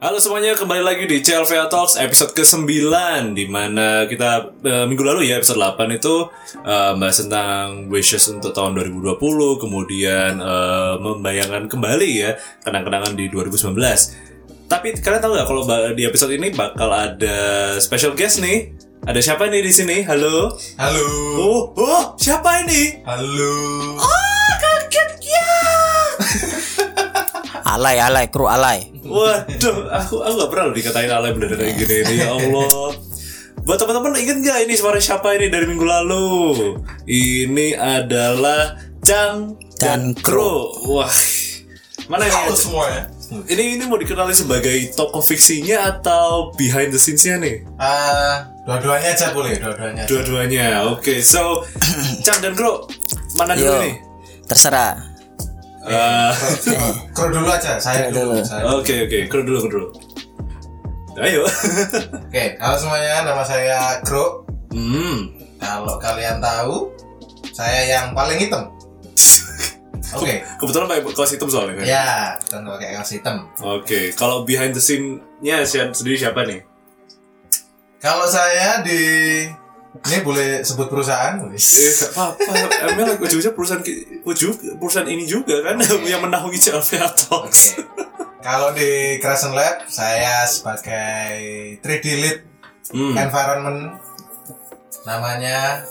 Halo semuanya, kembali lagi di CLVA Talks episode ke-9 Dimana kita eh, minggu lalu ya, episode 8 itu eh, Bahas tentang wishes untuk tahun 2020 Kemudian eh, membayangkan kembali ya kenang-kenangan di 2019 Tapi kalian tahu nggak kalau ba- di episode ini bakal ada special guest nih Ada siapa nih di sini? Halo? Halo. Oh, oh siapa ini? Halo. Alay, alay, kru alay. Waduh, aku aku gak pernah loh dikatain alay bener kayak gini ini ya Allah. Buat teman-teman ingat nggak ini suara siapa ini dari minggu lalu? Ini adalah Chang dan Dan Kro. Kro. Wah, mana ini? Halo ya. semuanya. Ini ini mau dikenali sebagai tokoh fiksinya atau behind the scenes-nya nih? Ah, dua-duanya aja boleh, dua-duanya. aja. Dua-duanya. Oke, so Chang dan Kro mana dulu Yo, nih? terserah. Eh, Kro dulu aja, saya Kro dulu. dulu. saya dulu. Oke oke, Kro dulu Kro dulu. Ayo. Oke, halo semuanya, nama saya Kro. hmm. Kalau kalian tahu, saya yang paling hitam. Oke. Kebetulan pakai kaos hitam soalnya. kan? Ya, tentu pakai kaos hitam. Oke, kalau behind the scene-nya si- sendiri siapa nih? Kalau saya di ini boleh sebut perusahaan? Boleh. Eh, gak apa-apa. Emel ujung-ujungnya perusahaan ki- ujung perusahaan ini juga kan Oke. yang menaungi CLVA Talks. Oke. Kalau di Crescent Lab, saya sebagai 3D lead Hmm. environment namanya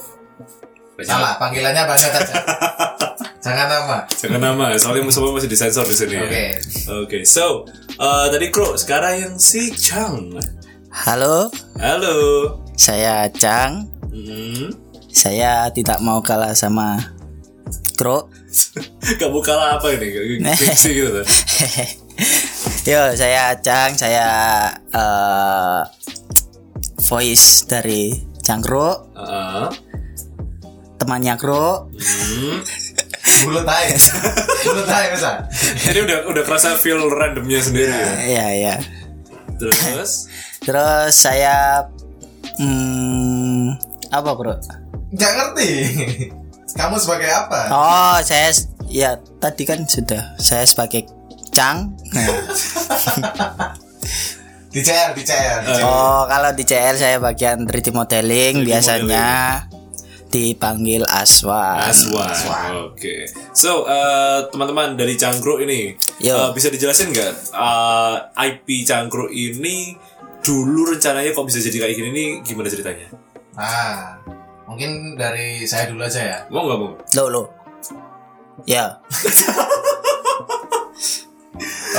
Jangan, Salah, panggilannya apa saja. Jangan nama. jangan nama, soalnya semua masih disensor di sini Oke. ya. Oke, so eh, tadi Kro, sekarang yang si Chang. Halo, Halo. saya Chang. Hmm. Saya tidak mau kalah sama kru. Kamu kalah apa ini? Fiksi gitu. tuh. Yo, saya Chang. Saya eh, voice dari Chang Kro, Heeh. temannya kru. Hmm. Bulut aja. Bulut aja bisa. Ini udah udah kerasa feel randomnya sendiri. ya. Iya, iya. Terus Terus saya hmm, apa kru? Nggak ngerti. Kamu sebagai apa? Oh, saya s- ya tadi kan sudah saya sebagai Chang. Di CR, di CR. di CR. Oh, kalau di CL saya bagian 3D modeling biasanya dipanggil Aswan. Aswan. Oke. So, eh, teman-teman dari Cangkruk ini Yo. eh, bisa dijelasin nggak eh, IP Cangkruk ini dulu rencananya kok bisa jadi kayak gini nih gimana ceritanya? Nah, mungkin dari saya dulu aja ya. Mau nggak mau? Lo lo. Ya,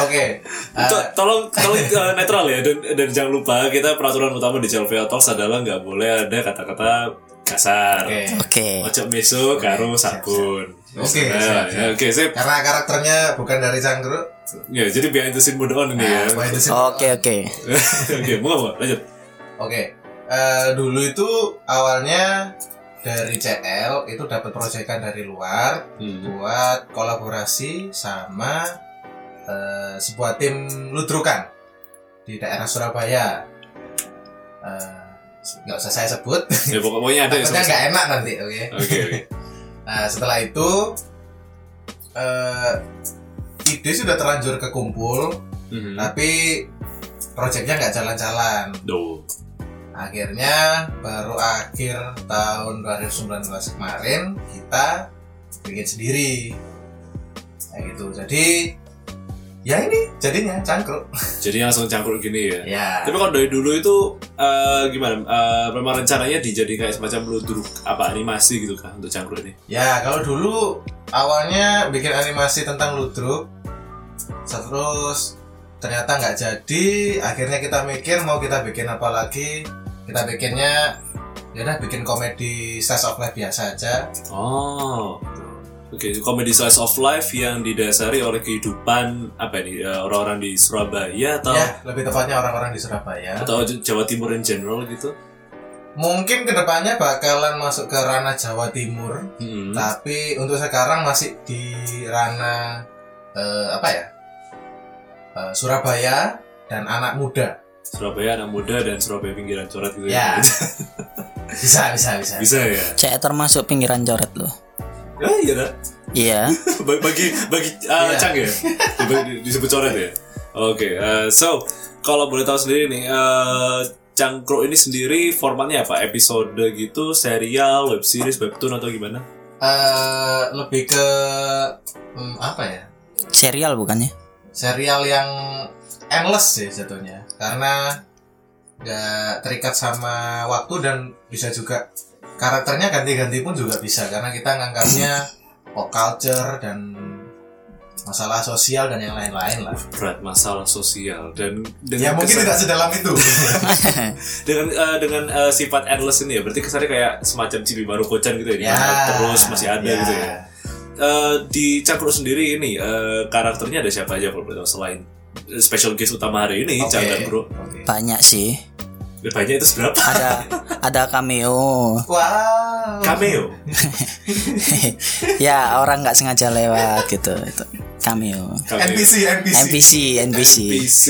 Oke. eh, To- tolong tolong eh, netral ya dan, dan jangan lupa kita peraturan utama di CLV Talks adalah nggak boleh ada kata-kata kasar. Ah, Oke. oke. Ojo besok karo siap, sabun. Oke, Nah, ya, siap, siap. Oke, sip. Karena karakternya bukan dari Cangkruk. Ya, jadi behind the scene mode on ini ya. Nah, pokoknya Oke, itu sih. Oke, oke. mau nggak mau? Lanjut. Oke, eh, dulu itu awalnya dari CL itu dapat proyekan dari luar Hmm. buat kolaborasi sama eh, sebuah tim ludrukan di daerah Surabaya. Eh, Nggak usah saya sebut, Ya pokoknya ada ya. sama- takutnya nggak enak nanti, oke? Oke, oke. Nah setelah itu eh, ide sudah terlanjur kekumpul, Mhm. tapi proyeknya nggak jalan-jalan. Duh. Akhirnya baru akhir tahun 2019 kemarin kita bikin sendiri. Kayak gitu. Jadi ya ini jadinya cangkruk. Jadi langsung cangkruk gini ya. Ya. Tapi kalau dari dulu itu eh, gimana? Eh, memang rencananya dijadikan kayak semacam ludruk apa animasi gitu kan untuk cangkruk ini. Ya, kalau dulu awalnya bikin animasi tentang ludruk terus ternyata nggak jadi, akhirnya kita mikir mau kita bikin apa lagi. Kita bikinnya ya udah bikin komedi slice of life biasa aja. Oh. Oke, komedi slice of life yang didasari oleh kehidupan apa ini eh, orang-orang di Surabaya atau Ya, lebih tepatnya orang-orang di Surabaya. atau J- Jawa Timur in general gitu. Mungkin kedepannya bakalan masuk ke ranah Jawa Timur, Mm-mm. tapi untuk sekarang masih di ranah eh, apa ya? Eh, Surabaya dan anak muda. Surabaya anak muda dan Surabaya pinggiran coret gitu ya. Ya. bisa, bisa, bisa. Bisa ya? Saya termasuk pinggiran coret lo. Ah, iya dah. Iya. Ba- bagi bagi ah, Iya. Cang ya. Di- di- disebut coret ya. Oke, eh, so kalau boleh tahu sendiri nih, eh, Cangkruk ini sendiri formatnya apa? Episode gitu, serial, web series, webtoon atau gimana? Eh, lebih ke hmm, apa ya serial bukannya serial yang endless sih jatuhnya karena nggak terikat sama waktu dan bisa juga karakternya ganti-ganti pun juga bisa karena kita nganggapnya pop culture dan masalah sosial dan yang lain-lain lah Berat masalah sosial dan ya dengan mungkin kesan- tidak sedalam itu dengan eh, dengan eh, sifat endless ini ya. Berarti kesannya kayak semacam Cibi Baru Kocan gitu ya. di mana terus masih ada ya. gitu ya. Eh, di Cangkruk sendiri ini eh, karakternya ada siapa aja kalau boleh tahu selain eh, special guest utama hari ini Oke, Cangkruk. oke. banyak sih Banyak itu seberapa? ada ada cameo wow Cameo. ya orang nggak sengaja lewat gitu itu cameo Cameo. NPC NPC, NPC NPC NPC.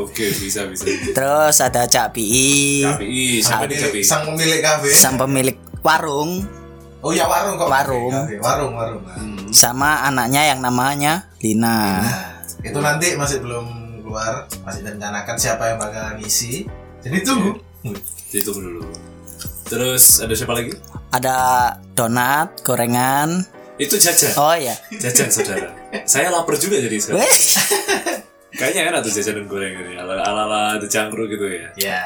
Oke, bisa bisa. terus ada Cak PI KPI, Sang siapa nih pemilik, KPI? sang pemilik kafe sang pemilik warung oh ya warung kok Warung. Kafe, warung warung nah. Hmm. sama anaknya yang namanya Lina Nah, itu nanti masih belum keluar, masih rencanakan siapa yang bakal ngisi. Jadi tunggu. Ditunggu dulu. Terus ada siapa lagi? ada donat gorengan Itu jajan. oh ya Jajan saudara. Saya lapar juga jadi sekarang. Weh, Kayaknya enak tuh jajanan goreng ini ala ala, ala The cangkruk gitu ya. Ya.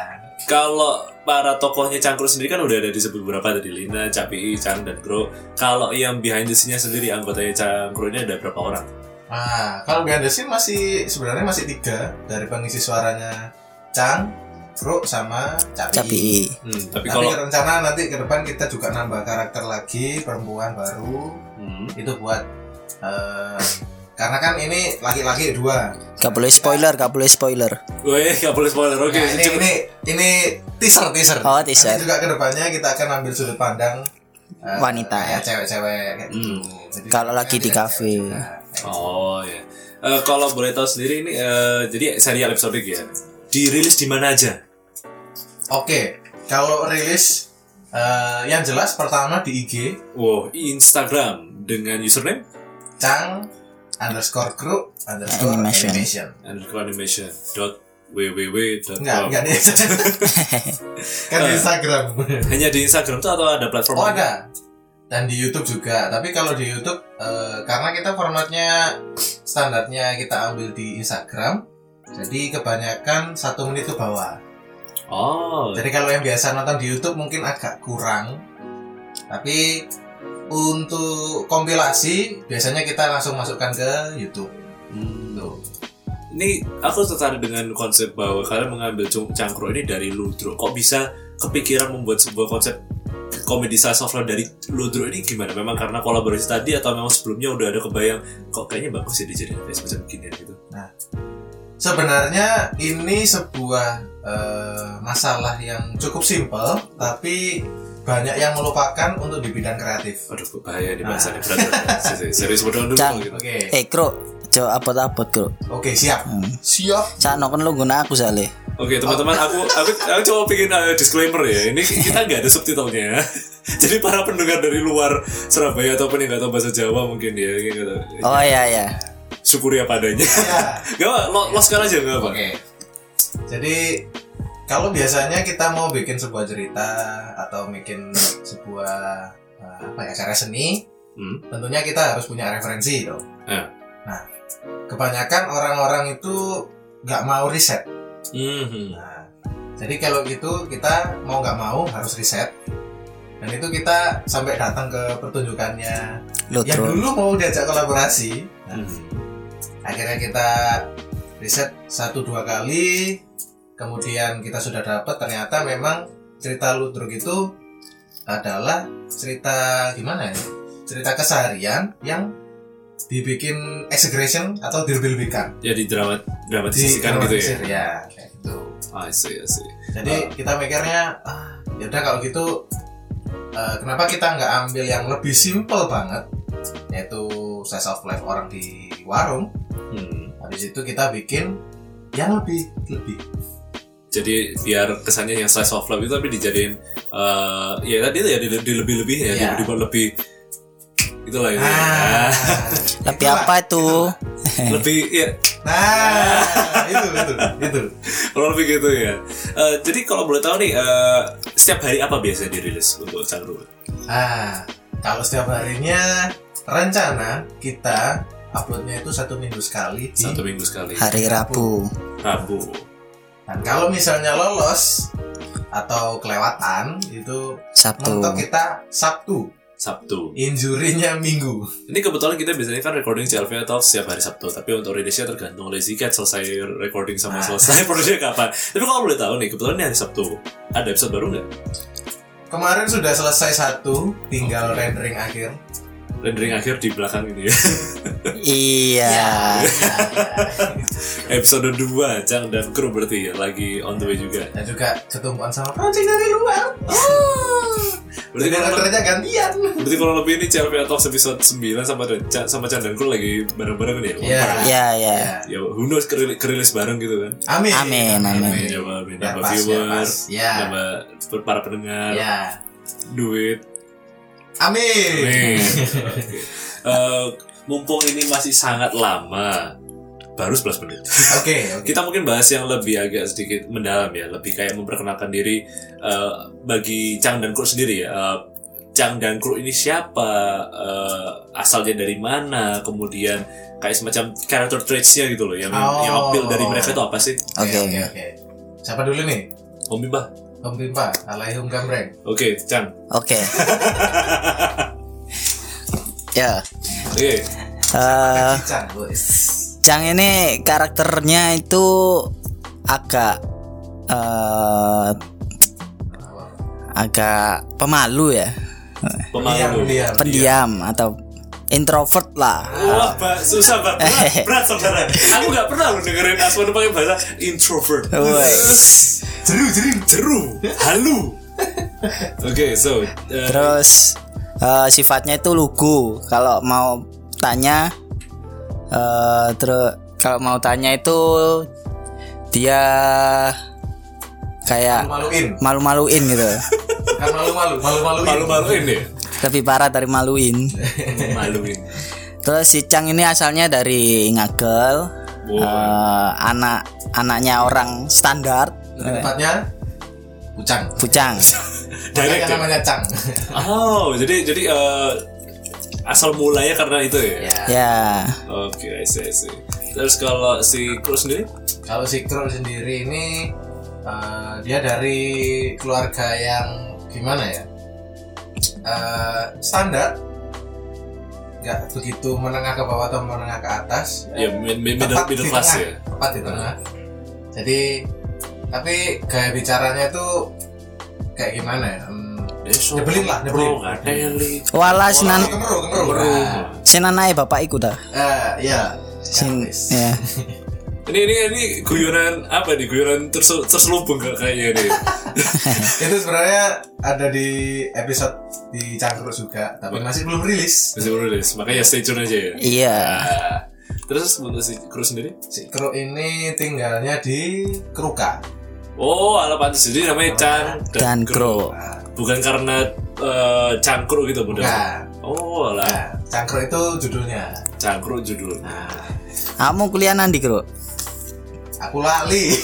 Kalau para tokohnya cangkruk sendiri kan udah ada disebut beberapa tadi Lina, Capi, Cang dan Bro. Kalau yang behind the scene-nya sendiri anggotanya cangkruk ini ada berapa orang? Nah, kalau behind the scene masih sebenarnya masih tiga dari pengisi suaranya Chang, Bro sama Capi. Cak PI Hmm, tapi Tapi kalau rencana nanti ke depan kita juga nambah karakter lagi perempuan baru Hmm, itu buat eh, karena kan ini laki-laki dua. gak boleh spoiler gak boleh spoiler Weh, gak boleh spoiler. Oke, Nah, ini, cepet. ini ini teaser teaser. oh teaser Nanti juga kedepannya kita akan ambil sudut pandang eh, Wanita. ya. kayak cewek-cewek kayak gitu. Hmm. Jadi, eh, Kalau lagi di tidak kafe. cewek juga. Oh ya. Eh, kalau boleh tahu sendiri ini eh, jadi serial episodik ya. Dirilis di mana aja? Oke, kalau rilis eh, yang jelas pertama di IG Wow, Instagram dengan username Chang underscore crew underscore Animation. animation. underscore animation dot www dot Enggak, enggak di kan di Instagram. Hanya di Instagram tuh atau ada platform? Oh lain? ada. Dan di YouTube juga. Tapi kalau di YouTube eh, karena kita formatnya standarnya kita ambil di Instagram, jadi kebanyakan satu menit ke bawah. Oh, Jadi kalau yang biasa nonton di YouTube mungkin agak kurang. Tapi untuk kompilasi biasanya kita langsung masukkan ke YouTube. hmm. Tuh. ini aku tertarik dengan konsep bahwa kalian mengambil cung- cangkruk ini dari Ludro. Kok bisa kepikiran membuat sebuah konsep komedi slice of life dari Ludro ini gimana? Memang karena kolaborasi tadi atau memang sebelumnya udah ada kebayang kok kayaknya bagus ya dijadikan kayak semacam gini gitu. Sebenarnya ini sebuah eh, masalah yang cukup simpel tapi banyak yang melupakan untuk di bidang kreatif. Aduh bahaya di bahasa ini berat. berat. Se- Serius bodoh dulu Cang. gitu. Oke. eh kro jo apot apot kro Oke, siap. hmm. Siap. Cak no kan lu guna aku sale Oke teman-teman aku aku aku coba bikin uh, disclaimer ya ini kita nggak ada subtitlenya ya. jadi para pendengar dari luar Surabaya ataupun yang nggak tahu bahasa Jawa mungkin ya kayak gitu. oh ya ya syukuri apa adanya Ya. gak apa lo, lo sekarang aja gak apa Oke. Jadi kalau biasanya kita mau bikin sebuah cerita atau bikin sebuah eh, apa ya karya seni, Hmm. tentunya kita harus punya referensi dong. Eh. Ya. Nah, kebanyakan orang-orang itu nggak mau riset. Mhm. Nah, jadi kalau gitu kita mau nggak mau harus riset. Dan itu kita sampai datang ke pertunjukannya lu yang Tro. dulu mau diajak kolaborasi. Hmm. Nah, Mhm. akhirnya kita riset satu dua kali kemudian kita sudah dapat ternyata memang cerita ludruk itu adalah cerita gimana ya cerita keseharian yang dibikin exaggeration atau dilebih-lebihkan jadi dramat Iya, dramatisisikan gitu ya Ah, Didramatisir, ya kayak gitu I see, I see. jadi kita mikirnya ah, yaudah kalau gitu eh, kenapa kita nggak ambil yang lebih simple banget yaitu slice of life orang di warung Hmm. Habis itu kita bikin yang lebih lebih. jadi biar kesannya yang slice of life itu tapi dijadiin eh, ya tadi itu ya di, lebih lebih ya Iya. dibuat lebih itulah ya Ah, Lebih itulah, apa itu? lebih ya Nah, itu itu itu. Kurang lebih gitu ya. Eh, jadi kalau boleh tahu nih, eh, setiap hari apa biasanya dirilis untuk Cangru? Ah, kalau setiap harinya rencana kita uploadnya itu satu minggu sekali di Satu minggu sekali. hari Rabu. Rabu. Dan kalau misalnya lolos atau kelewatan itu Sabtu. mentok kita Sabtu, Sabtu. injurinya Minggu. Ini kebetulan kita biasanya kan recording CLV atau setiap hari Sabtu, tapi untuk rilisnya tergantung Lazy Cat selesai recording sama Ah. selesai produksinya kapan. Tapi kalau boleh tahu nih, kebetulan ini hari Sabtu ada episode baru nggak? Kemarin sudah selesai satu, tinggal rendering akhir. Rendering akhir di belakang ini ya. Iya. episode 2 Cang dan Kru berarti ya, lagi on the way juga. Dan juga ketumpuan sama project dari luar. Oh. Berarti kan Jadi kalau rendernya gantian. berarti kalau lebih ini CLV atau episode 9 sama Ca- sama Cang dan Kru lagi bareng-bareng nih. Iya. Kompak. Iya, iya. Ya. Ya, who knows keril- kerilis bareng gitu kan. Amin. Amin, amin. Ya, amin. Biar Nambah pas, biar viewer, pas. Ya. nambah para pendengar, Ya. duit, Amin. Nih. Oke. Eh, mumpung ini masih sangat lama baru 11 menit. Oke, oke. Kita mungkin bahas yang lebih agak sedikit mendalam ya, lebih kayak memperkenalkan diri eh, bagi Chang dan Kru sendiri ya. Eh, Chang dan Kru ini siapa? Eh, asalnya dari mana? Kemudian kayak semacam character traits-nya gitu loh yang yang Oh. appeal dari mereka itu apa sih? Oke. oke, oke. Siapa dulu nih? Om Bimba. Om Pimpa, alaihum gambreng. Oke, Chang. Oke. Ya. Oke. eh, Cicang, boys. Cang ini karakternya itu agak eh agak pemalu ya, Diam, Pemalu. diam. pendiam atau introvert lah. Wah, Pak, susah Pak, berat, berat saudara. Aku nggak pernah lo dengerin Aswan pakai bahasa introvert. Woi. Jeru, jeru, jeru, halu. Oke, so Iya. eh, Terus eh, sifatnya itu lugu. Kalau mau tanya eh terus kalau mau tanya itu dia kayak Maluin. malu-maluin gitu. Kan malu-malu, malu-maluin. malu-maluin ya, Lebih parah dari maluin. maluin. Terus si Cang ini asalnya dari Ngagel. Ah, Wow. Eh, anak anaknya orang standar eh, Lebih tepatnya Ucang. Pucang. Direct Yang ya? namanya Cang. Oh, jadi jadi eh, asal mulanya karena itu ya. ya. ya. Oke, I see, I see. Terus kalau si Kru sendiri, Kalau si Kro sendiri ini eh, dia dari keluarga yang gimana ya? Eh, standar nggak begitu menengah ke bawah atau menengah ke atas ya mid- mid- middle, Tepat middle di class tengah. ya. tepat di tengah jadi tapi gaya bicaranya tuh kayak gimana ya hmm, Nyebelin lah, Oh, nyebelin. Walas nan kemeru kemeru Nah, sinanae bapak iku dah. eh, ya Sin Artis. ya. Ini ini ini guyonan apa nih? Guyonan terse- terselubung nggak kayaknya nih. itu sebenarnya ada di episode di Cangkruk Iya. juga tapi masih belum rilis Masih baru rilis, makanya stay tune aja ya. Iya. Ah. Terus untuk si kru sendiri? si Kro ini tinggalnya di Kruka Oh, ala pantas jadi namanya Chan Dan Kro. nah, Bukan karena eh, cangkruk gitu mudah. bukan Oh, ala nah, Cangkruk itu judulnya cangkruk judul. nah Kamu kuliah nanti, Bro? aku lali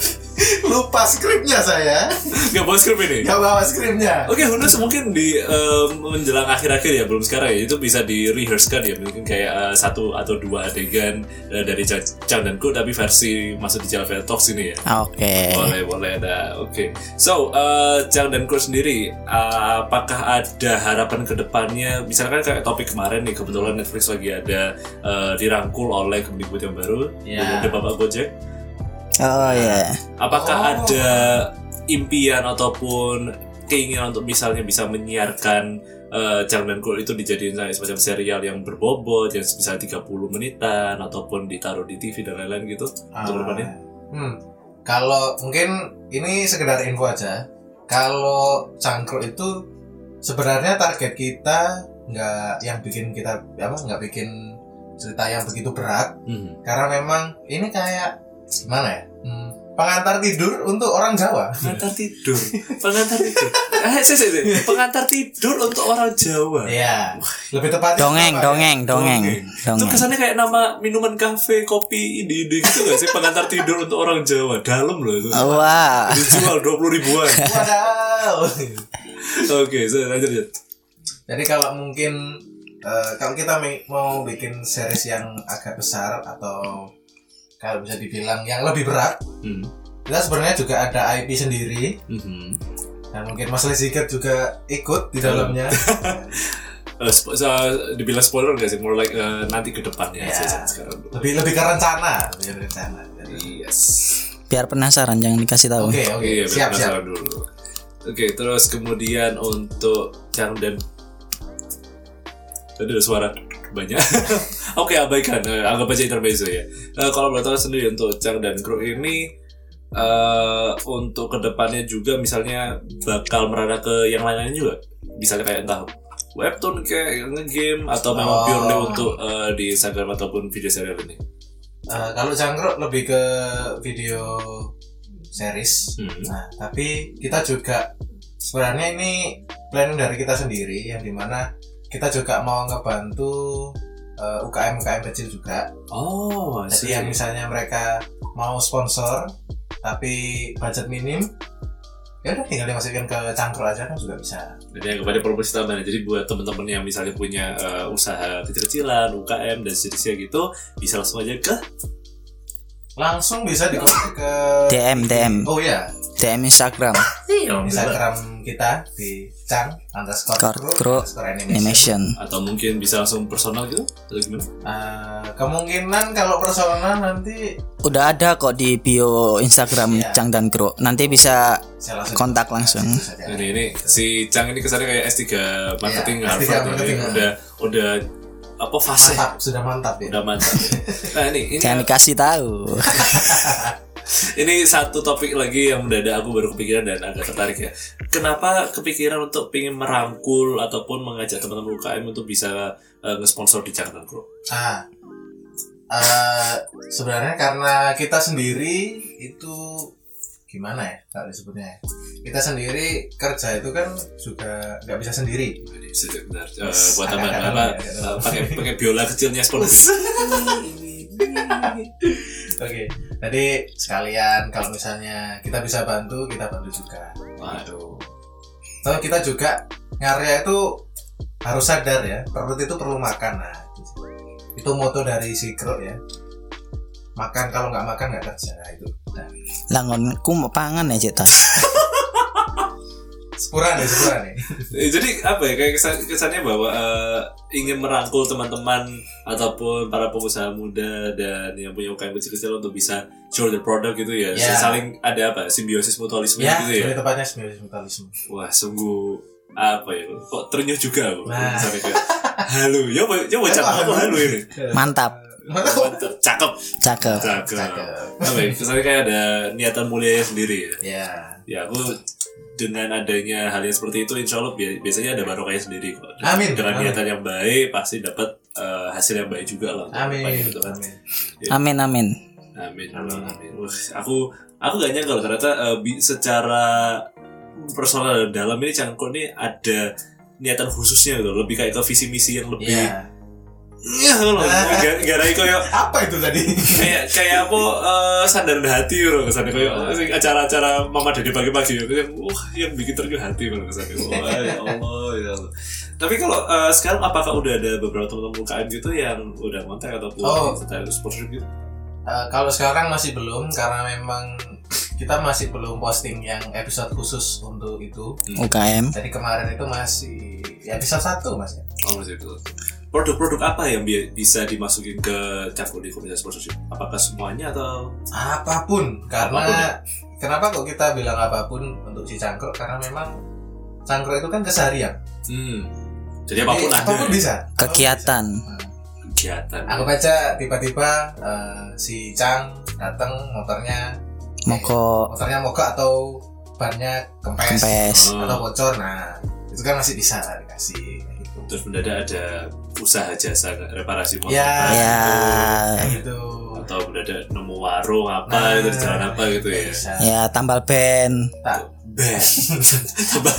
lupa skripnya saya Gak bawa skrip Oh, ini. nggak bawa skripnya Oke, Hunus mungkin di eh, menjelang akhir-akhir ya, belum sekarang ya, itu bisa di rehearse kan ya, mungkin kayak eh, satu atau dua adegan eh, dari Chan Chan dan Kru, tapi versi masuk di Java Talks ini ya. Ah, Eh. Oke. Boleh, boleh ada. Oke. So, eh Jang dan Kur sendiri, eh, apakah ada harapan ke depannya? Misalkan kayak topik kemarin nih, kebetulan Netflix lagi ada eh, dirangkul oleh Kemdikbud yang baru, Iya. ada Bapak Gojek. Oh iya. Apakah Oh. ada impian ataupun keinginan untuk misalnya bisa menyiarkan eh Jang dan Kur itu dijadiin kayak semacam serial yang berbobot, yang bisa 30 menitan, ataupun ditaruh di TV dan lain-lain gitu? Untuk Ah. depannya? Hmm. Kalau mungkin ini sekedar info aja. Kalau cangkruk itu sebenarnya target kita nggak yang bikin kita apa nggak bikin cerita yang begitu berat Hmm. karena memang ini kayak gimana ya? Hmm, pengantar tidur untuk orang Jawa pengantar tidur pengantar tidur eh sih, sih, sih. pengantar tidur untuk orang Jawa Iya lebih tepatnya Dongeng, apa ya? dongeng, dongeng, itu dongeng. kesannya kayak nama minuman kafe kopi ide ide gitu gak sih pengantar tidur untuk orang Jawa dalam loh itu Wah, dijual dua puluh ribuan Wadaw oke saya lanjut lanjut. Jadi kalau mungkin eh, kalau kita mi- mau bikin series yang agak besar atau kalau bisa dibilang yang lebih berat, Hmm. kita sebenarnya juga ada IP sendiri Mhm. dan mungkin Mas Lesiker juga ikut di dalamnya. Eh, spo- sa- dibilang spoiler gak sih more like eh, nanti ke depan ya Ya. saya- saya sekarang lebih lebih ke rencana, lebih ke rencana. Jadi, yes biar penasaran jangan dikasih tahu. Oke, oke, iya siap, siap. penasaran dulu oke terus kemudian untuk charm dan tadi ada suara banyak oke abaikan eh, anggap aja intermezzo ya Eh, kalau boleh tahu sendiri untuk charm dan crew ini eh untuk kedepannya juga misalnya bakal merana ke yang lain-lain juga misalnya kayak entah webtoon kayak game atau memang Oh. purely untuk eh, di Instagram ataupun video serial ini Eh, kalau jangkruk lebih ke video series. Hmm. Nah, tapi kita juga sebenarnya ini planning dari kita sendiri yang dimana kita juga mau ngebantu eh, UKM UKM kecil juga. Oh, I Jadi see. yang misalnya mereka mau sponsor tapi budget minim, ya udah tinggal dimasukin ke cangkruk aja kan juga bisa. Jadi yang kepada promosi tambahan. Jadi buat teman-teman yang misalnya punya eh, usaha kecil-kecilan, UKM dan sejenisnya gitu, bisa langsung aja ke Langsung bisa di ke DM, DM, Oh ya, DM Instagram, Iya, Instagram kita di cang underscore Cor- crew crew underscore animation. animation. atau mungkin bisa langsung personal gitu atau gimana? Eh, kemungkinan kalau personal nanti Udah ada kok di bio Instagram Iya. Cang dan Kro. Nanti bisa saya langsung kontak langsung. Itu saja. Ini ini si Chang ini kesannya kayak S3 Ya, marketing Iya, Harvard S3 ini. marketing, ah. udah udah apa fase Mantap, sudah mantap ya. udah mantap. nah Iya. ini ini Jangan dikasih tahu. ini satu topik lagi yang mendadak aku baru kepikiran dan agak tertarik ya. Kenapa kepikiran untuk pengen merangkul ataupun mengajak teman-teman UKM untuk bisa eh, nge-sponsor di Jakarta Group? Nah, eh, sebenarnya karena kita sendiri itu gimana ya kalau disebutnya ya? Kita sendiri kerja itu kan juga nggak bisa sendiri. Sedikit benar. Eh, Yes, buat agak- tambahan agak- apa? agak- eh, agak- Pakai pakai biola kecilnya Scorpio. Oke, jadi sekalian kalau misalnya kita bisa bantu, kita bantu juga. Waduh. Tapi kita juga ngarya itu harus sadar ya, perut itu perlu makan. Nah, itu sih. itu moto dari si Kruk ya. Makan kalau nggak makan nggak kerja Nah, itu. Nah, Langonku mau pangan aja tak. Iya. sepuran ya, sepuran ya. Eh, Jadi apa ya kayak kesan, kesannya bahwa eh, ingin merangkul teman-teman ataupun para pengusaha muda dan yang punya UKM kecil-kecil untuk bisa show their product gitu ya. Ya. Saling ada apa? Simbiosis mutualisme ya, gitu ya. lebih tepatnya sembilan mutualisme. Wah, sungguh apa ya? Kok terenyuh juga aku. Nah. Sampai ke halo. Ya mau ya mau Ya, cakap kok apa halo? halo ini? Mantap, Mantap, cakep. cakep. Cakep. Cakep. Apa ya? Kesannya kayak ada niatan mulia sendiri ya. Ya. ya aku dengan adanya hal yang seperti itu insya Allah bi- biasanya ada barokahnya sendiri kok Dengan- Amin. dengan Amin. niatan yang baik pasti dapat eh, hasil yang baik juga lah Amin. Kayak gitu kan. Amin. Amin amin. amin Amin. amin, amin. Wah, aku aku gak nyangka loh ternyata eh, bi- secara personal dan dalam ini Cangko ini ada niatan khususnya gitu lebih kayak ke visi misi yang lebih Ya. Iya, loh gak gak ada kayak Apa itu tadi? kayak kayak apa eh, sandaran hati loh kesannya kayak oh, sing acara-acara mama dede pagi-pagi ya yang wah yang bikin terjun hati loh kesannya wah ya Allah ya Allah tapi kalau eh, sekarang apakah udah ada beberapa teman-teman UKM gitu yang udah kontak ataupun Oh. kita harus sponsorship gitu Eh, kalau sekarang masih belum karena memang kita masih belum posting yang episode khusus untuk itu. UKM. Jadi kemarin itu masih ya, episode satu mas ya. oh masih itu produk-produk apa yang bi- bisa dimasukin ke cakup di komunitas sponsorship apakah semuanya atau apapun karena Apapun ya? kenapa kok kita bilang apapun untuk si cangkruk karena memang cangkruk itu kan keseharian hmm jadi Jadi, apapun ada ya, Eh, bisa apapun bisa. Kegiatan. kegiatan Oh. Nah, aku baca tiba-tiba eh, si cang datang motornya Moko motornya mogok atau bannya kempes, kempes. Hmm. atau bocor nah itu kan masih bisa dikasih kayak gitu terus mendadak ada usaha jasa reparasi motor Ya. Ya. Kayak gitu atau berada nemu warung apa Ah. gitu, di jalan apa gitu ya. bisa ya tambal ban tak Band tambal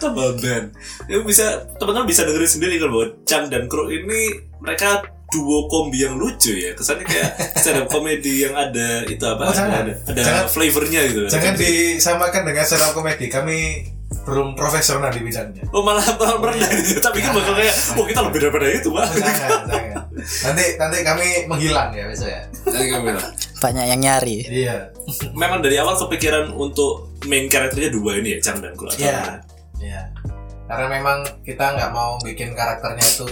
tambal band ya bisa teman-teman bisa dengerin sendiri kalau bahwa Chan dan Kro ini mereka duo kombi yang lucu ya kesannya kayak stand up comedy yang ada itu apa Oh, jangan. ada, ada Jangan. flavornya gitu jangan disamakan dengan stand up comedy kami belum profesional di bidangnya Oh malah malah merendah Iya. Tapi kan bakal kayak Oh kita lebih daripada itu mah jangan jangan nanti nanti kami menghilang ya besok ya banyak yang nyari iya Memang dari awal kepikiran untuk Main karakternya dua ini ya Chang dan Kro atau Iya. apa? iya karena memang kita nggak mau bikin karakternya itu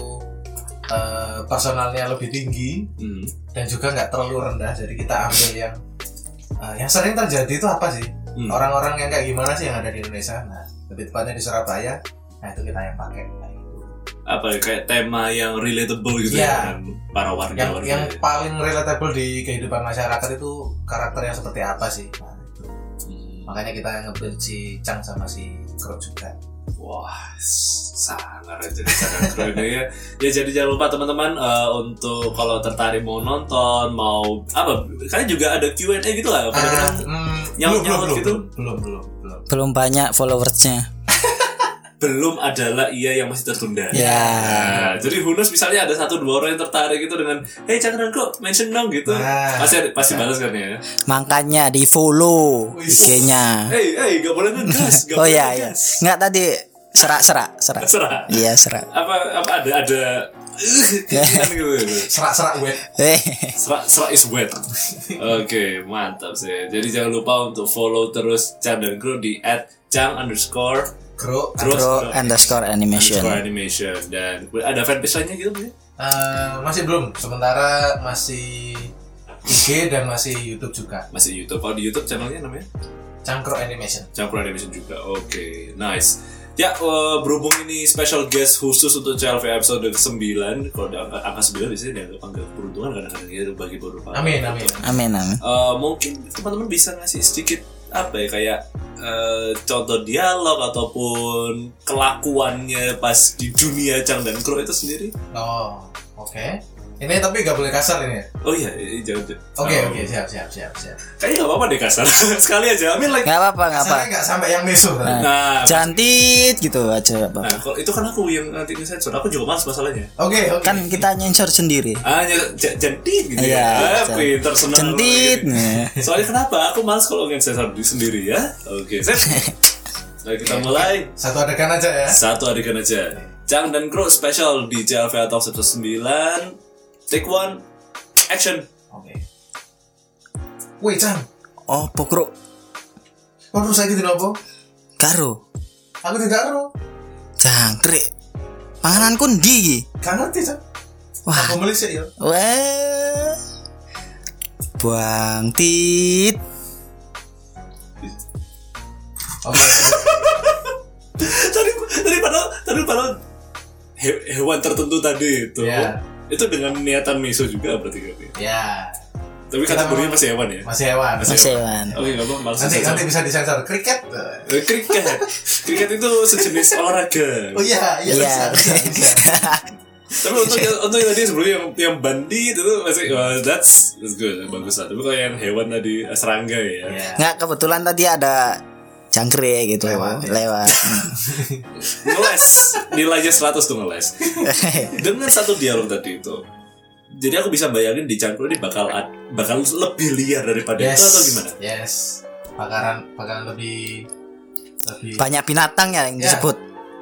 eh, personalnya lebih tinggi Hmm. dan juga nggak terlalu rendah jadi kita ambil yang eh, yang sering terjadi itu apa sih Hmm. orang-orang yang kayak gimana sih yang ada di Indonesia nah lebih tepatnya di Surabaya nah itu kita yang pakai Nah, itu. Apa ya, kayak tema yang relatable gitu ya Iya. Dengan para ya. warga yang yang paling relatable di kehidupan masyarakat itu karakter yang seperti apa sih nah, itu. Hmm. makanya kita ngebuild si Chang sama si Kro juga Wah, sangar aja sangar keren ya. Ya jadi jangan lupa teman-teman eh, untuk kalau tertarik mau nonton, mau apa? Kalian juga ada Q&A gitu lah. Ah, Kadang-kadang hmm, nyaut-nyaut belum, belum, gitu. belum belum belum belum banyak followersnya belum adalah ia yang masih tertunda. Iya. Ya. Nah, jadi who knows misalnya ada satu dua orang yang tertarik gitu dengan, hey Chandra kok mention dong gitu. Nah. pasti pasti balas kan ya. makanya di follow Ah. IG-nya Hey hey gak boleh ngegas. gak oh boleh iya, ya ya ngegas. nggak tadi serak serak serak Serah. iya serak Apa apa ada ada kan gitu. serak-serak web eh Serak serak is wet. Oke mantap sih. Jadi jangan lupa untuk follow terus Chan dan Kru di at Chang underscore Kro Kro pro underscore animation underscore animation dan ada fanpage lainnya gitu Bu, ya? eh, masih belum sementara masih IG dan masih YouTube juga masih YouTube. Kalau di YouTube channelnya namanya? Chang Kro Animation campur animation juga. Oke, nice. Ya, eh, berhubung ini special guest khusus untuk CLV episode 9 Kalau ada angka, angka 9 biasanya dianggap angka keberuntungan kadang-kadang ya bagi beberapa amin amin amin amin Eh, Mungkin teman-teman bisa ngasih sedikit apa ya, kayak eh, contoh dialog ataupun kelakuannya pas di dunia Chang dan Kro itu sendiri oh oke ini tapi gak boleh kasar ini ya Oh iya, iya, jangan jangan. oke Oh, oke siap siap siap siap Kayaknya gak apa-apa deh kasar Sekali aja, I mean like nggak apa apa nggak apa saya nggak sampai yang meso Nah. Nah, cantik gitu aja nggak apa-apa. nah kalau itu kan aku yang nanti sensor Aku juga males masalahnya oke oke kan kita nyensor sendiri Ah, ny- j- jentit gitu Iya, ya. Ah, jen- pinter senang. jentit Soalnya kenapa? Aku males kalau nge-sensor di sendiri ya. Oke, sip. Nah, kita mulai. satu adegan aja ya Satu adegan aja. Chang dan Kro special di JLV Talks episode 9. Take one. Action. oke woi Chang oh pokro Waduh saya gitu nopo karo aku tidak tahu jangkrik pangananku ndi iki? gak ngerti Chang wah aku Malaysia ya weh buang tit oke Tadi tadi padahal tadi padahal he- hewan tertentu tadi itu. Iya. Itu dengan niatan miso juga berarti kan. ya? ya Tapi kategorinya masih hewan ya. masih hewan Masih Masih hewan. Oh, iya, hewan. Oke, enggak apa-apa. males nanti sensor. nanti bisa disensor kriket Eh, Kriket. Kriket itu sejenis olahraga. oh iya iya bisa, iya bisa, bisa. tapi untuk untuk yang tadi sebelumnya yang yang bandit itu masih well, that's that's good bagus lah tapi kalau yang hewan tadi eh, serangga ya Iya. nggak kebetulan tadi ada jangkrik gitu Lewat, ya. lewat. ngeles nilainya 100 tuh ngeles dengan satu dialog tadi itu jadi aku bisa bayangin di Cangkul ini bakal ad- bakal lebih liar daripada yes itu atau gimana yes bakaran bakaran lebih lebih banyak binatang ya yang Iya. disebut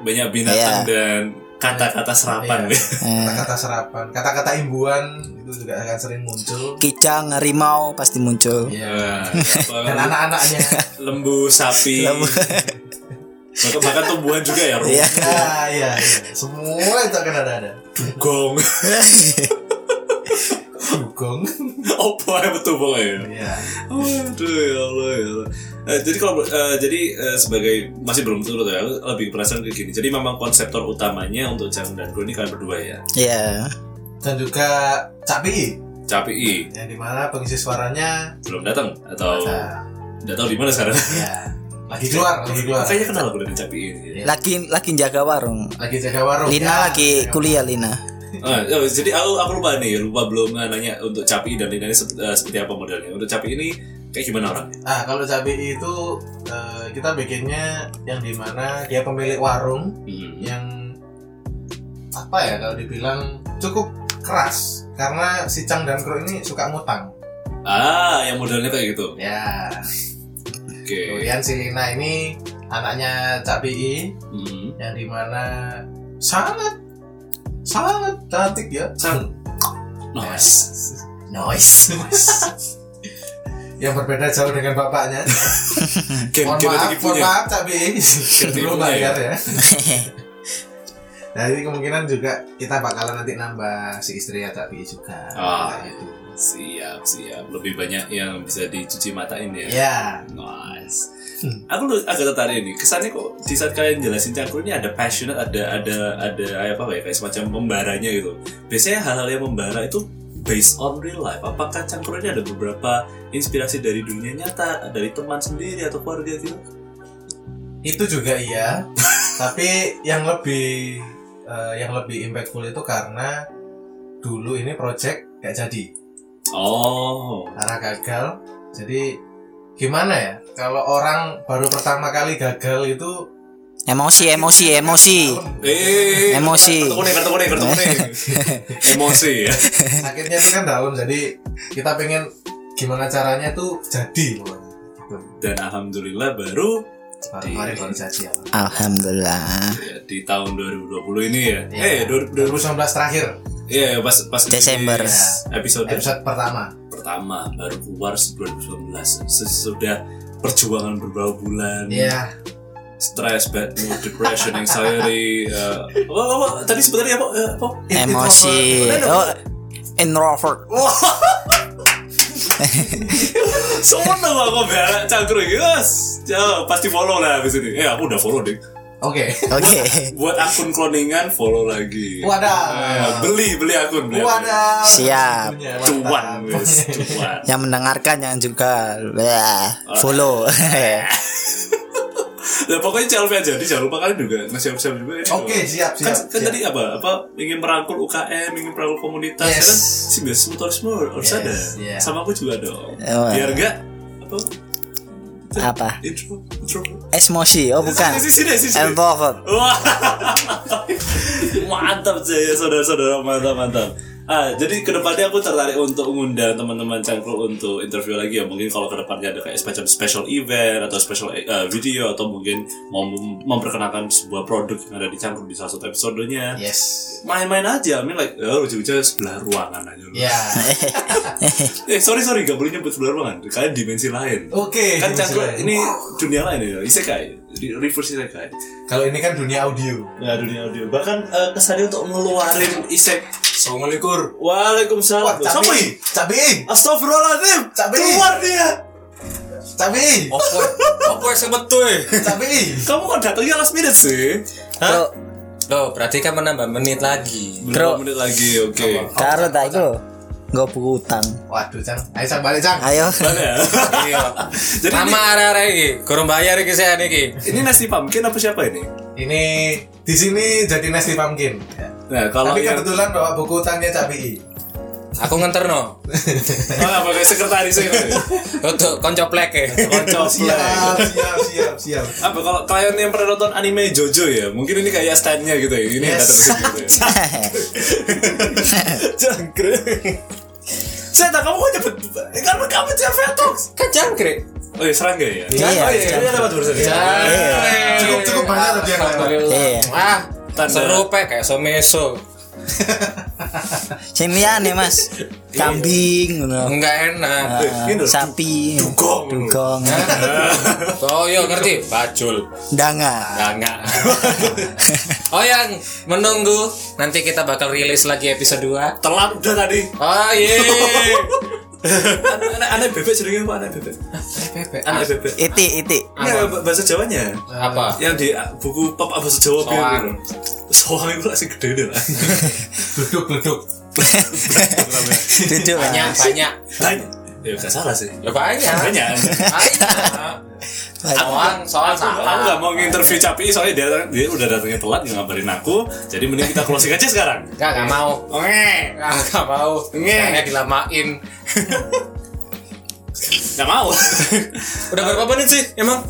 banyak binatang Iya. dan kata-kata serapan Iya. Eh, kata-kata serapan kata-kata imbuan itu juga akan sering muncul kijang harimau pasti muncul iya Wah, dan bakal anak-anaknya lembu sapi Lembu. Bahkan- bahkan tumbuhan juga ya Iya. rumah ah iya iya. semua itu akan ada ada gong dugong opo ya betul pokoknya iya Waduh ya Allah ya Allah. Eh, jadi kalau eh, jadi eh, sebagai masih belum turut ya, lebih penasaran ke gini. Jadi memang konseptor utamanya untuk Jang dan Go ini kalian berdua ya. ya dan juga Cak Pi Capi I yang dimana pengisi suaranya belum datang atau nah, nggak tahu di mana sekarang. ya lagi keluar lagi keluar Kayaknya kenal aku dengan Capi I. Iya. lagi lagi jaga warung lagi jaga warung Lina Ya, lagi jaga kuliah Lina Ah, oh, jadi aku aku lupa nih, lupa belum eh, nanya untuk Capi dan Lina ini sep- eh, seperti apa modelnya. Untuk Capi ini kayak gimana orangnya? Ah, kalau cabai itu eh, kita bikinnya yang dimana dia pemilik warung Hmm. yang apa ya kalau dibilang cukup keras karena si Cang dan Kro ini suka ngutang. Ah, yang modelnya kayak gitu. Ya. Oke. Kemudian si Lina ini anaknya Cabai Hmm. yang dimana sangat sangat cantik ya. Sang. Eh, Nice. Noise. yang berbeda jauh dengan bapaknya. Gen Mohon maaf, genetik mohon ibunya. maaf Cak Bi. Belum ibunya ya. bayar ya. Nah, jadi kemungkinan juga kita bakalan nanti nambah si istri ya Cak Bi juga. Ah. Kayak gitu. Siap, siap. Lebih banyak yang bisa dicuci matain ya. Ya, Nice. Hmm. Aku lu- agak tertarik ini. Kesannya kok di saat kalian jelasin campur ini ada passionate, ada ada ada apa ya kayak semacam pembaranya gitu. Biasanya hal-hal yang membara itu based on real life. Apakah campur ini ada beberapa inspirasi dari dunia nyata, dari teman sendiri atau keluarga gitu? itu juga iya. Tapi yang lebih eh, yang lebih impactful itu karena dulu ini project gak jadi Oh, karena gagal. Jadi gimana ya? Kalau orang baru pertama kali gagal itu emosi emosi emosi eh, Emosi. Kartu kuning, kartu kuning, kartu kuning. Emosi ya. sakitnya itu kan dalam jadi kita pengen gimana caranya tuh jadi pokoknya. Gitu. Dan alhamdulillah baru baru kemarin baru jadi ya alhamdulillah ya, di tahun 2020 ini ya. Iya. Eh, dua- dua- 2019 terakhir Iya, pas pas di Desember. episode episode pertama Hmm. pertama baru keluar 2019 sesudah perjuangan beberapa bulan iya stress bad mood depression anxiety eh, apa, apa, tadi sebenarnya apa eh, apa emosi oh introvert Oh. semua dong aku berak cangkruk yes ya, pasti follow lah abis ini eh aku udah follow deh oke oke buat akun cloningan follow lagi Wadah. Eh, beli beli akun beli akun. wadah Siap. Punya, mantap. cuan wes cuan yang mendengarkan yang juga Wah, follow Nah, pokoknya CLV aja. Jadi jangan lupa kalian juga nge-share-share juga. ini Oke, loh. siap, Kan, siap, kan siap. tadi apa? Apa ingin merangkul UKM, ingin merangkul komunitas. Yes. Kan si biasa mutualisme harus Yes, ada. iya. Sama aku juga dong. Oh. Biar enggak apa? Apa? Intro, intro. Eh, emosi oh bukan Sini, sini, sini, sini. introvert Wah. mantap Jaya saudara-saudara mantap mantap. Ah, jadi kedepannya aku tertarik untuk mengundang teman-teman cangkruk untuk interview lagi ya mungkin kalau kedepannya ada kayak semacam special event atau special eh, video atau mungkin mau mem- memperkenalkan sebuah produk yang ada di cangkruk di salah satu episodenya yes main-main aja, I mean like oh, ujung-ujungnya sebelah ruangan aja. lu. ya Eh sorry sorry gak boleh nyebut sebelah ruangan, kalian dimensi lain. oke Kan cangkruk Silakan. ini dunia lain ya, isekai, di reverse isekai. kalau ini kan dunia audio Ya dunia audio. Bahkan eh, kesannya untuk ngeluarin isek. assalamualaikum Wah, Waalaikumsalam. Siapa ini? cabai cabai Astagfirullahaladzim. Cabai. Keluar dia. cabai Oh. Awkward Awkward sama tuh cabai Kamu kok datangnya last minute sih? Oh, Bro, Loh berarti kan menambah menit lagi Berapa Bro. menit lagi? Oke. karo tak ah, iku nggak buku utang waduh cang ayo cang balik cang ayo Mana ya? Iya Jadi Sama ini, arah-arah ini Kurang bayar ini saya ini ini nasi pumpkin apa siapa ini? ini di sini jadi nasi pumpkin Ya. Nah kalau tapi yang kebetulan bawa buku utangnya cabai Aku ngenter no Ah, pakai sekretaris saya. Untuk koncoplek ya Kocok siap siap siap siap Apa kalau kalian yang pernah nonton anime Jojo ya, mungkin ini kayak stand-nya gitu ya. Ini yang datang Yes. ke sini gitu ya. Jangkrik. Saya tak kamu kok nyebut Eh, Karena kamu jangan Talks Kan jangkrik Oh iya serangga ya? Iya, Oh iya, serangga. iya lewat barusan ya? Jangkrik Cukup- cukup banyak tadi yang lewat. Iya. Wah Tanda- Seru pek kayak someso sing liyane mas Iya. kambing ngono Ah, Enggak enak Eh, ini loh, sapi dugong. dugong Oh iya ngerti Bajul danga Nah, enggak. oh yang menunggu nanti kita bakal rilis lagi episode 2. Telat udah tadi Oh iya. Anak- Anak anak bebek jadinya apa anak bebek? Anak bebek itik itik Ya bahasa Jawanya Apa? Yang di uh, buku Papa Bahasa Jawa Soang. biar gitu. Soang itu masih gede deh lah duduk duduk duduk ah. Banyak mas Nah, banyak. Banyak Ya gak salah sih Ya banyak. Banyak Banyak. Soal soal Aku aku salah. nggak mau nginterview Capi soalnya dia, dia udah datangnya telat nggak ngabarin aku. Jadi mending kita closing aja sekarang. Enggak, enggak mau. Oke. Enggak, enggak mau. Nge. Kayaknya dilamain. Nggak mau. Udah berapa menit sih? Emang?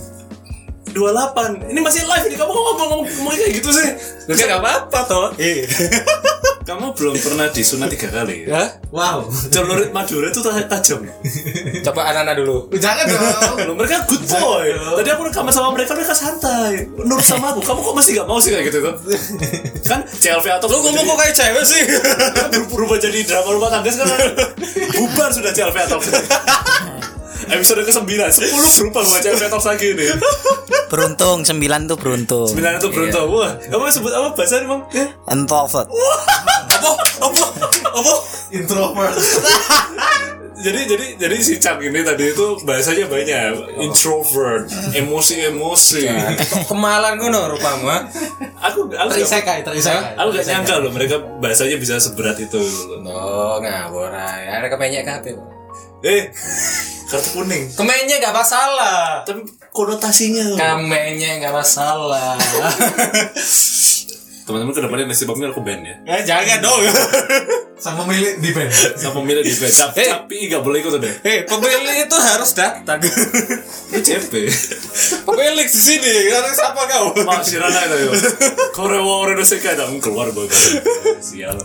28. Ini masih live nih. Kamu kok ngomong ngomong ngomong kayak gitu sih? Lu kan enggak apa-apa toh. Kamu belum pernah disunat tiga kali. Ya? Hah? Wow. Celurit Madura itu taj- tajam. Coba anak-anak dulu. Jangan dong. Loh, mereka good boy. Tadi aku rekaman sama mereka, mereka santai. Nurut sama aku. Kamu kok masih nggak mau sih kayak gitu tuh? Kan CLV atau Lu ngomong kok kayak cewek sih? berubah jadi drama rumah tangga sekarang bubar sudah CLV Talks episode ke 9 10 berubah buat CLV Talks lagi ini Beruntung 9 tuh beruntung. 9 itu beruntung wah kamu sebut apa bahasa nih bang Ya? Introvert. apa apa apa Introvert. jadi jadi jadi si Cang ini tadi itu bahasanya banyak introvert emosi emosi Kok Kemalan ngono rupamu. ah? ha? aku aku gak, Terisekai, terisekai. aku gak nyangka loh mereka bahasanya bisa seberat itu Oh, ngawur ae. Arek kemenyek kabeh. eh kartu kuning Kemenyek enggak masalah. tapi konotasinya loh. Kemenyek enggak masalah. teman-teman kedepannya nasi bakmi aku band ya Eh, jangan dong. Sama milik di band. sama pemilik di band tapi Eh. tapi nggak boleh ikut deh Eh, pemilik itu harus datang. Ini CP. pemilik di sini. Harus siapa kau? Mak Shirana itu. Korea War Edo Sekai dah Hmm, keluar baru. Sial.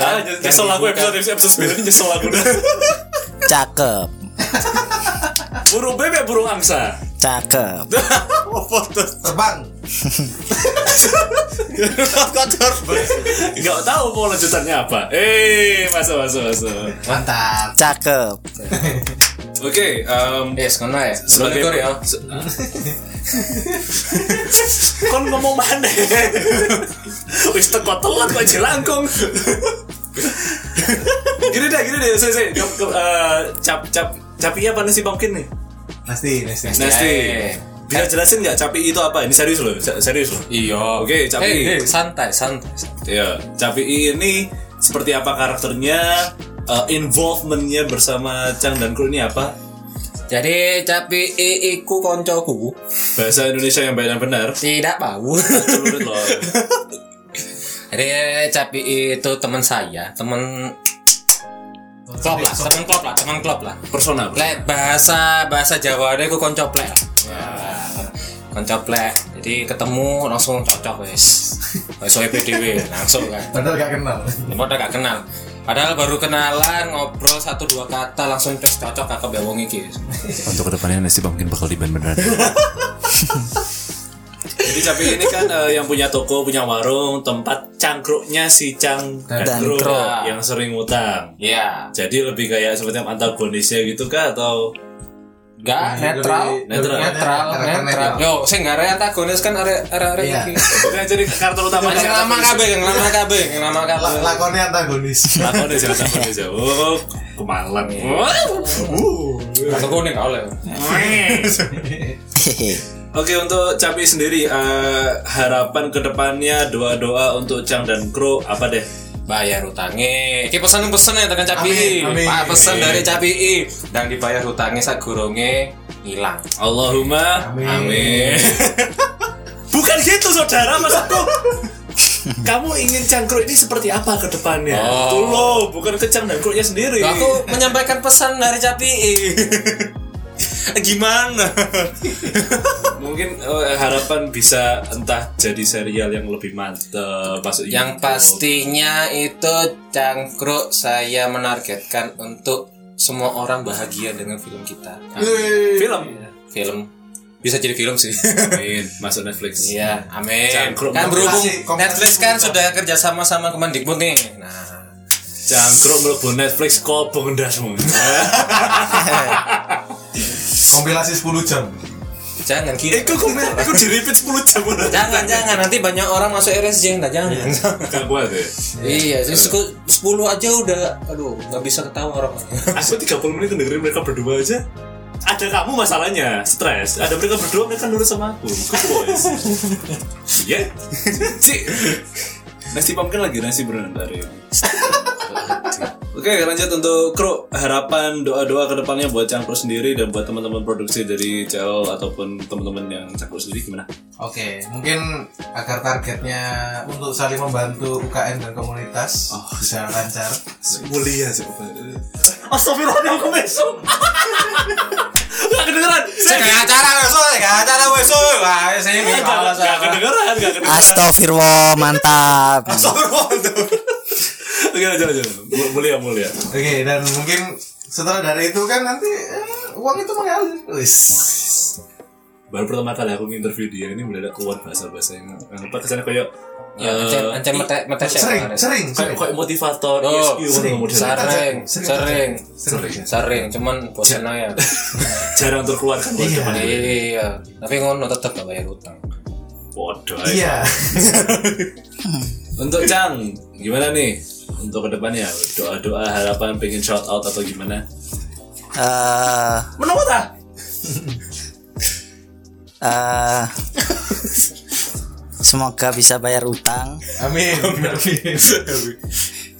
Ah, jadi nyesel aku episode episode sembilan ini nyesel aku dah. Cakep. Burung bebek burung angsa. Cakep. Apa tuh? Terbang. Kotor. Gak tahu mau lanjutannya apa. Eh, masuk masuk masuk. Mantap. Cakep. Oke, um, em, Yes, kono ya. sebagai Sebagai ya. se- kon ngomong mana? Wis teko telat kok jelangkung. gini deh, gini deh, saya saya Ke- ke- eh, cap cap capi apa nasi bangkin nih? Nasti, nasti. Nasti. Eh. Bisa jelasin nggak capi itu apa? Ini serius loh, se- serius loh. Iya. Oke, Capi. Eh, eh, santai, santai. Ya, capi ini seperti apa karakternya? Eh, involvementnya bersama Chang dan kru ini apa? Jadi Capi I iku koncoku Bahasa Indonesia yang baik dan benar. tidak mau. Celurit loh. Jadi Capi I itu teman saya, teman klop lah, teman klop lah, teman klop lah. Persona. bro. Lek bahasa bahasa Jawa deh, aku koncoplek. Ya, Koncoplek. Jadi ketemu langsung cocok wes. Wes wae PDW langsung kan. Padahal gak kenal. Padahal gak kenal. Padahal baru kenalan, ngobrol satu dua kata langsung tes cocok kakak bewong iki. Untuk kedepannya nasi mungkin bakal di band beneran. Jadi Capi ini kan eh, yang punya toko, punya warung, tempat cangkruknya si Cang dan, Dan kru kru. yang sering utang. Iya. Jadi lebih kayak seperti antagonisnya gitu kah atau Gak netral. Netral. netral netral yo sing gak ada antagonis kan arek arek arek Iya. iki Bukan jadi karakter utamanya yang lama kabeh yang lama kabeh yang lama kabeh La- Lakonnya antagonis. Lakon ya jangan takut aja. Oh, kemalang. ya. aku nih kau Oke untuk Capi sendiri eh, harapan kedepannya doa-doa untuk Chang dan Kro apa deh? bayar utangnya iki pesan pesan ya tekan capi Amin, amin. Pak, pesan dari capi dan dibayar utangnya sagurunge hilang Allahumma Amin. Bukan gitu saudara maksudku. Kamu ingin cangkruk ini seperti apa ke depannya? Oh. Tuh loh, bukan ke Chang dan Kro-nya sendiri. Loh, aku menyampaikan pesan dari capi Eh, gimana Mungkin eh, harapan bisa entah jadi serial yang lebih mantep gitu. masuk yang YouTube. pastinya itu cangkruk saya menargetkan untuk semua orang bahagia dengan film kita Nah, film. film bisa jadi film sih Amin, masuk Netflix. iya amin Cangkruk kan berhubung Kompensasi, kompensasi Netflix kan pemerintah. sudah kerjasama sama Kemendikbud nih nah Cangkruk mlebu Netflix kobong ndasmu. Kompilasi 10 jam. jangan kira Iku Eh, kok aku di repeat 10 jam udah. jangan jangan nanti banyak orang masuk RSJ nah jangan Gak kuat ya. iya jadi suku- 10 aja udah aduh nggak bisa ketawa orang Aku 30 menit dengerin mereka berdua aja. Ada kamu masalahnya, stres. Ada mereka berdua mereka nurut sama aku. Good boys. Iya. Si Nasi pumpkin lagi nasi berenang dari. ya. Oke, Oke, lanjut untuk kru harapan doa-doa kedepannya buat Cangkur sendiri dan buat teman-teman produksi dari CL ataupun teman-teman yang Cangkur sendiri gimana? Oke, mungkin agar targetnya untuk saling membantu UKM dan komunitas Oh, bisa lancar. Mulia sih. Astagfirullahaladzim, besok. Gak kedengeran. Saya Kayak acara besok, kayak acara besok. Wah, saya ini malas. gak kedengeran, gak kedengeran. Astagfirullah mantap. Oke, lanjut, lanjut. ya, Mu- Mulia, mulia. Oke, dan mungkin setelah dari itu kan nanti eh, uang itu mengalir. Wis. Baru pertama kali aku interview dia ini mendadak keluar bahasa-bahasa yang apa kesannya kayak Ya, eh, ancam ancam mete mete Sering, kemarin. sering, kayak sering. kayak motivator, E Oh, ESQ, sering, gitu, model. sering. Sering, Sering. sering, Sering. sering, cuman bosan aja. jarang terkeluarkan buat Iya. depan Nah, ini. Iya, tapi ngono tetap gak bayar utang. Waduh. Iya. Untuk Cang, gimana nih? Untuk kedepannya, doa-doa harapan pengen shout out atau gimana? Eh Menurut ah? eh, semoga bisa bayar utang. Amin.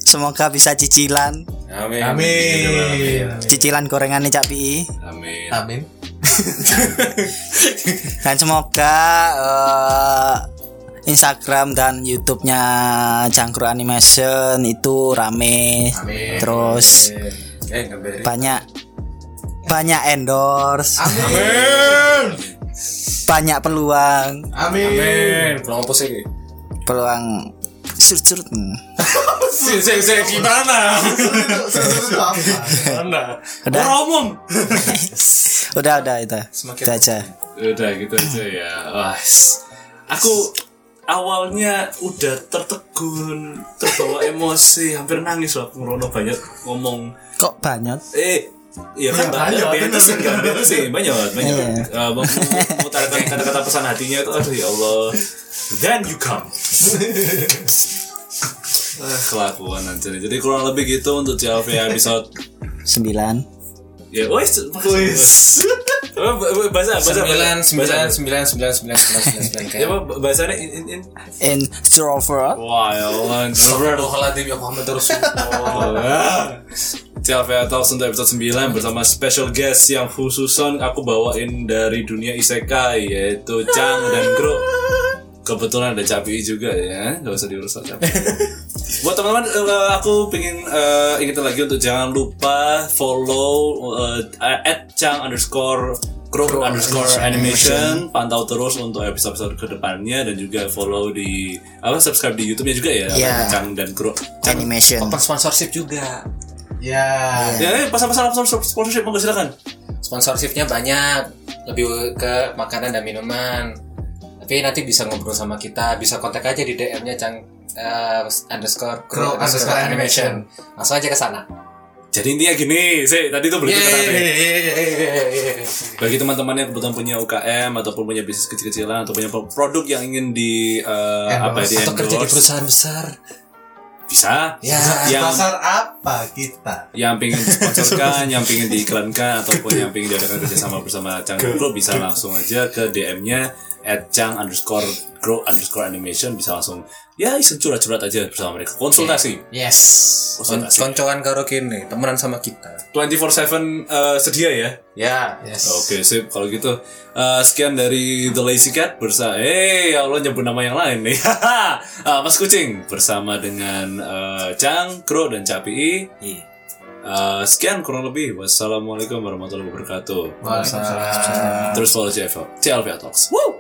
Semoga bisa cicilan. Amin. Amin. Cicilan gorengannya Cak Pi. Amin. Amin. Dan semoga eh, Instagram dan YouTube-nya Cangkruk Animation itu rame. Amin. Terus Eh, nggak bayar. banyak banyak endorse, Ah. Amin. banyak peluang, Amin. Belum apa sih? peluang surut-surut. Hmm. Sih, sih, sih, gimana? Mana? Udah. Orang umum. Udah, udah itu. Semakin- Itu aja. Udah gitu aja ya. Wah, s- aku awalnya udah tertegun, terbawa emosi, hampir nangis loh aku ngerono banyak ngomong. Kok banyak? Eh, Iya kan banyak, banyak, banyak, banyak, banyak sih, banyak, banyak. Eh, mem- memutarkan kata-kata pesan hatinya itu, aduh ya Allah. Then you come. Eh, kelakuan anjir. Jadi kurang lebih gitu untuk CLV episode 9. ya wes wes bahasa bahasa Sembilan, bahasa sembilan, sembilan, sembilan, sembilan, sembilan, sembilan, sembilan. ya Kayak- apa bahasanya in in in In Strover. wah ya Allah introvert Astagfirullahaladzim, ya Muhammad Rasulullah. CLVA Talks untuk episode 9 bersama special guest yang khususon aku bawain dari dunia isekai yaitu Chang dan Gro kebetulan ada Capi juga ya gak usah diurus sama Capi buat teman-teman eh, aku pengen eh, ingetin lagi untuk jangan lupa follow eh, at Chang underscore Gro underscore animation pantau terus untuk episode-episode kedepannya dan juga follow di apa subscribe di YouTube-nya juga ya Iya. Chang dan Gro Chang Animation. Open sponsorship juga. Ya. Ya, eh, pasal-pasal sponsor- sponsorship monggo silakan. Sponsorshipnya banyak, lebih ke makanan dan minuman. Tapi nanti bisa ngobrol sama kita, bisa kontak aja di DM-nya Cang eh, underscore Crow underscore animation. Langsung aja ke sana. Jadi intinya gini, sih tadi tuh Iya, begitu terang, sih. Yeay. Bagi teman-teman yang kebetulan punya UKM ataupun punya bisnis kecil-kecilan atau punya produk yang ingin di eh, Endorse. apa ya, di Atau kerja di endorse perusahaan besar. bisa. Ya. Yang Pasar apa kita? yang pengen disponsorkan, yang pengen diiklankan ataupun yang pengen diadakan kerjasama bersama Chang Group bisa langsung aja ke DM-nya at Chang underscore grow underscore animation bisa langsung ya iseng curhat-curhat aja bersama mereka konsultasi Yes. konsultasi Koncoan karo kini, temenan sama 24/7 kita. eh, sedia ya Ya. Yes. Oke sip kalau gitu eh, sekian dari The Lazy Cat bersama eh ya Allah nyebut nama yang lain nih Ah, Mas Kucing bersama dengan eh, Cang, Kro dan Capi. Eh, sekian kurang lebih wassalamualaikum warahmatullahi wabarakatuh. Waalaikumsalam. Terus follow CFL, CLV Talks. Woo!